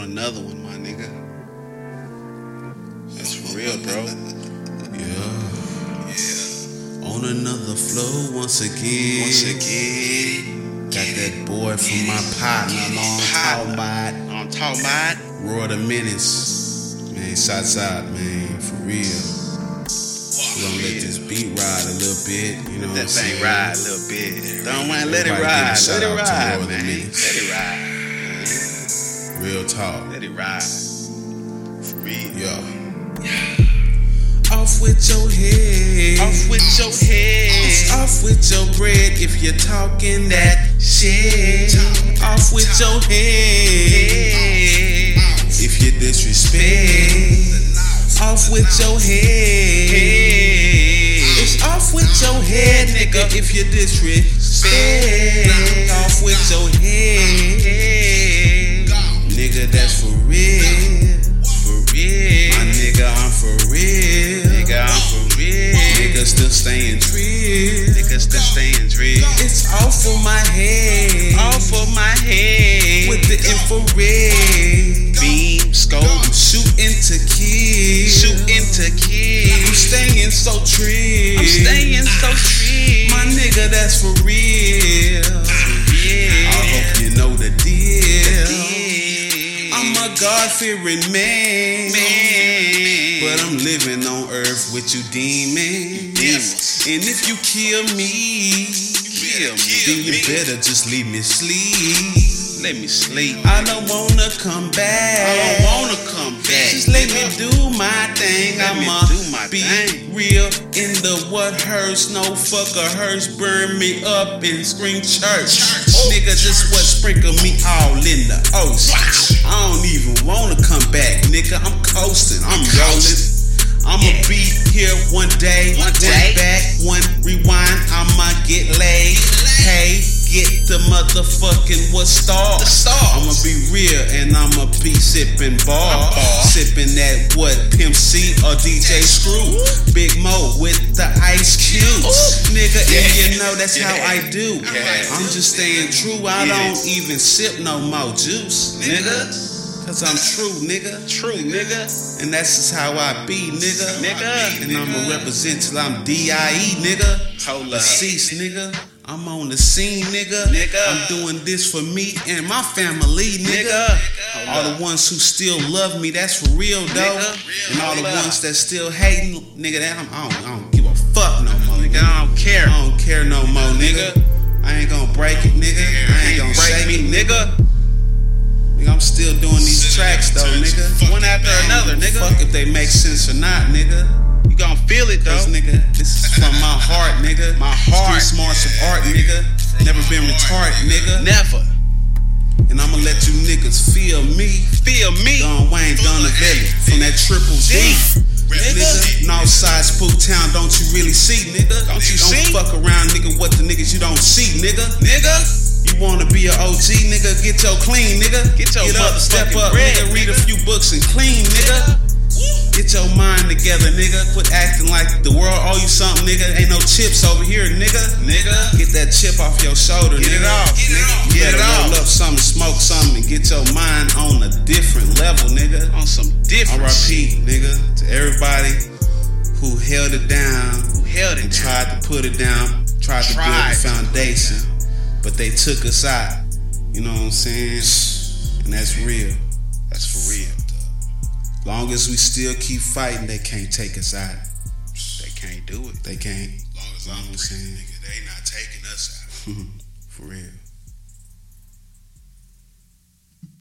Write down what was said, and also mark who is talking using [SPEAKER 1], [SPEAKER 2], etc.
[SPEAKER 1] another one, my nigga. That's for real, bro.
[SPEAKER 2] Yeah. On another flow once again.
[SPEAKER 1] Once again,
[SPEAKER 2] Got that boy from my partner, long talk about it.
[SPEAKER 1] I'm talking about
[SPEAKER 2] Roy the Menace. Man, shots out, man, for real. We gonna let this beat ride a little bit, you know what I'm
[SPEAKER 1] that
[SPEAKER 2] saying?
[SPEAKER 1] thing ride a little bit. Don't mind, let it
[SPEAKER 2] Everybody give a
[SPEAKER 1] ride.
[SPEAKER 2] shout
[SPEAKER 1] Let it
[SPEAKER 2] out to
[SPEAKER 1] ride,
[SPEAKER 2] Roy the
[SPEAKER 1] man.
[SPEAKER 2] Menace.
[SPEAKER 1] Let it ride.
[SPEAKER 2] Real talk,
[SPEAKER 1] Let it ride. For real.
[SPEAKER 2] yo. Off with your head.
[SPEAKER 1] Off with your head.
[SPEAKER 2] Off with your bread if you're talking that shit. Off with your head if you disrespect. Off with your head. It's off with your head, nigga, if you disrespect. Off with your head. Nigga, that's for real. For real. My nigga, I'm for real.
[SPEAKER 1] Nigga, I'm for real.
[SPEAKER 2] Nigga still staying real.
[SPEAKER 1] Niggas still staying real.
[SPEAKER 2] It's off of my head.
[SPEAKER 1] Off of my head.
[SPEAKER 2] with the infrared.
[SPEAKER 1] beam, scope,
[SPEAKER 2] I'm shooting to kill.
[SPEAKER 1] shoot into
[SPEAKER 2] I'm
[SPEAKER 1] kids.
[SPEAKER 2] staying so trill.
[SPEAKER 1] I'm staying so free.
[SPEAKER 2] My nigga, that's for real. I hope you know the deal. I'm a God fearing man. But I'm living on earth with you, demon.
[SPEAKER 1] Demons.
[SPEAKER 2] And if you kill me,
[SPEAKER 1] Kill me.
[SPEAKER 2] then you better just leave me sleep.
[SPEAKER 1] Let me sleep.
[SPEAKER 2] I don't wanna come back.
[SPEAKER 1] I don't wanna come back.
[SPEAKER 2] Just let me do my thing.
[SPEAKER 1] Let me
[SPEAKER 2] I'ma
[SPEAKER 1] do my
[SPEAKER 2] be
[SPEAKER 1] thing.
[SPEAKER 2] real in the what hurts. No fucker hurts. Burn me up and scream church.
[SPEAKER 1] Church.
[SPEAKER 2] Nigga, just what sprinkle me all in the ocean.
[SPEAKER 1] Wow.
[SPEAKER 2] I don't even wanna come back, nigga. I'm coasting. I'm rolling. I'ma
[SPEAKER 1] Yeah.
[SPEAKER 2] be here one day.
[SPEAKER 1] One day.
[SPEAKER 2] back, one rewind. I'ma get laid. Hey, get the motherfucking what star?
[SPEAKER 1] The stars.
[SPEAKER 2] I'ma be real and I'ma be sipping bar.
[SPEAKER 1] A bar.
[SPEAKER 2] Sipping that what? Pimp C or DJ Screw. Big Mo with the ice cubes. Nigga, and
[SPEAKER 1] Yeah.
[SPEAKER 2] you know that's how
[SPEAKER 1] Yeah.
[SPEAKER 2] I do.
[SPEAKER 1] Yeah.
[SPEAKER 2] I'm just staying true. I
[SPEAKER 1] Yeah.
[SPEAKER 2] don't even sip no more juice, nigga.
[SPEAKER 1] Nigga.
[SPEAKER 2] Cause I'm true, nigga.
[SPEAKER 1] True, nigga.
[SPEAKER 2] And that's just how I be, nigga.
[SPEAKER 1] Nigga.
[SPEAKER 2] And I'ma represent till I'm D.I.E., nigga.
[SPEAKER 1] Hold up.
[SPEAKER 2] Deceased, nigga. I'm on the scene, nigga.
[SPEAKER 1] Nigga.
[SPEAKER 2] I'm doing this for me and my family, nigga.
[SPEAKER 1] Nigga.
[SPEAKER 2] All the ones who still love me, that's for real, though.
[SPEAKER 1] Nigga.
[SPEAKER 2] And all the
[SPEAKER 1] Hold up.
[SPEAKER 2] ones that still hating, nigga, that I'm, I, don't, I don't give a fuck no more, nigga.
[SPEAKER 1] Nigga, I don't care.
[SPEAKER 2] I don't care no more, nigga. I ain't gonna break it, nigga. I ain't gonna shake
[SPEAKER 1] break
[SPEAKER 2] it,
[SPEAKER 1] me, nigga.
[SPEAKER 2] Nigga, I'm still doing these tracks though, nigga.
[SPEAKER 1] One after another, nigga.
[SPEAKER 2] Fuck if they make sense or not, nigga.
[SPEAKER 1] You gon' feel it though.
[SPEAKER 2] Cause nigga, this is from my heart, nigga.
[SPEAKER 1] My heart.
[SPEAKER 2] Street smarts of art, nigga. Never been retarded, nigga.
[SPEAKER 1] Never
[SPEAKER 2] And I'ma let you niggas feel me.
[SPEAKER 1] feel me.
[SPEAKER 2] Don Wayne Donavelli from that triple D. Nigga, Northside Spook Town, don't you really see, nigga? Don't
[SPEAKER 1] you
[SPEAKER 2] don't
[SPEAKER 1] see?
[SPEAKER 2] fuck around, nigga, what the niggas you don't see, nigga.
[SPEAKER 1] Nigga.
[SPEAKER 2] You wanna be a OG, nigga? Get your clean, nigga.
[SPEAKER 1] Get your
[SPEAKER 2] up, step
[SPEAKER 1] motherfucking
[SPEAKER 2] up,
[SPEAKER 1] bread,
[SPEAKER 2] nigga. Read a
[SPEAKER 1] nigga.
[SPEAKER 2] few books and clean, nigga. Get your mind together, nigga. Quit acting like the world owe you something, nigga. Ain't no chips over here, nigga.
[SPEAKER 1] Nigga.
[SPEAKER 2] Get that chip off your shoulder,
[SPEAKER 1] Get it
[SPEAKER 2] nigga.
[SPEAKER 1] off. Get it off.
[SPEAKER 2] You
[SPEAKER 1] Get
[SPEAKER 2] better
[SPEAKER 1] it
[SPEAKER 2] roll
[SPEAKER 1] off.
[SPEAKER 2] up something, smoke something, and get your mind on a different level, nigga.
[SPEAKER 1] On some different shit.
[SPEAKER 2] R.I.P. nigga to everybody who held it down,
[SPEAKER 1] Held it
[SPEAKER 2] and
[SPEAKER 1] down.
[SPEAKER 2] tried to put it down, tried to build
[SPEAKER 1] Tried to put
[SPEAKER 2] the
[SPEAKER 1] it
[SPEAKER 2] foundation, but they took us out. You know what I'm saying? And that's real.
[SPEAKER 1] That's for real.
[SPEAKER 2] Long as we still keep fighting, they can't take us out.
[SPEAKER 1] They can't do it.
[SPEAKER 2] They can't.
[SPEAKER 3] long as I'm
[SPEAKER 2] I'm
[SPEAKER 3] breathing,
[SPEAKER 2] saying.
[SPEAKER 3] nigga, they not taking us out.
[SPEAKER 2] For real.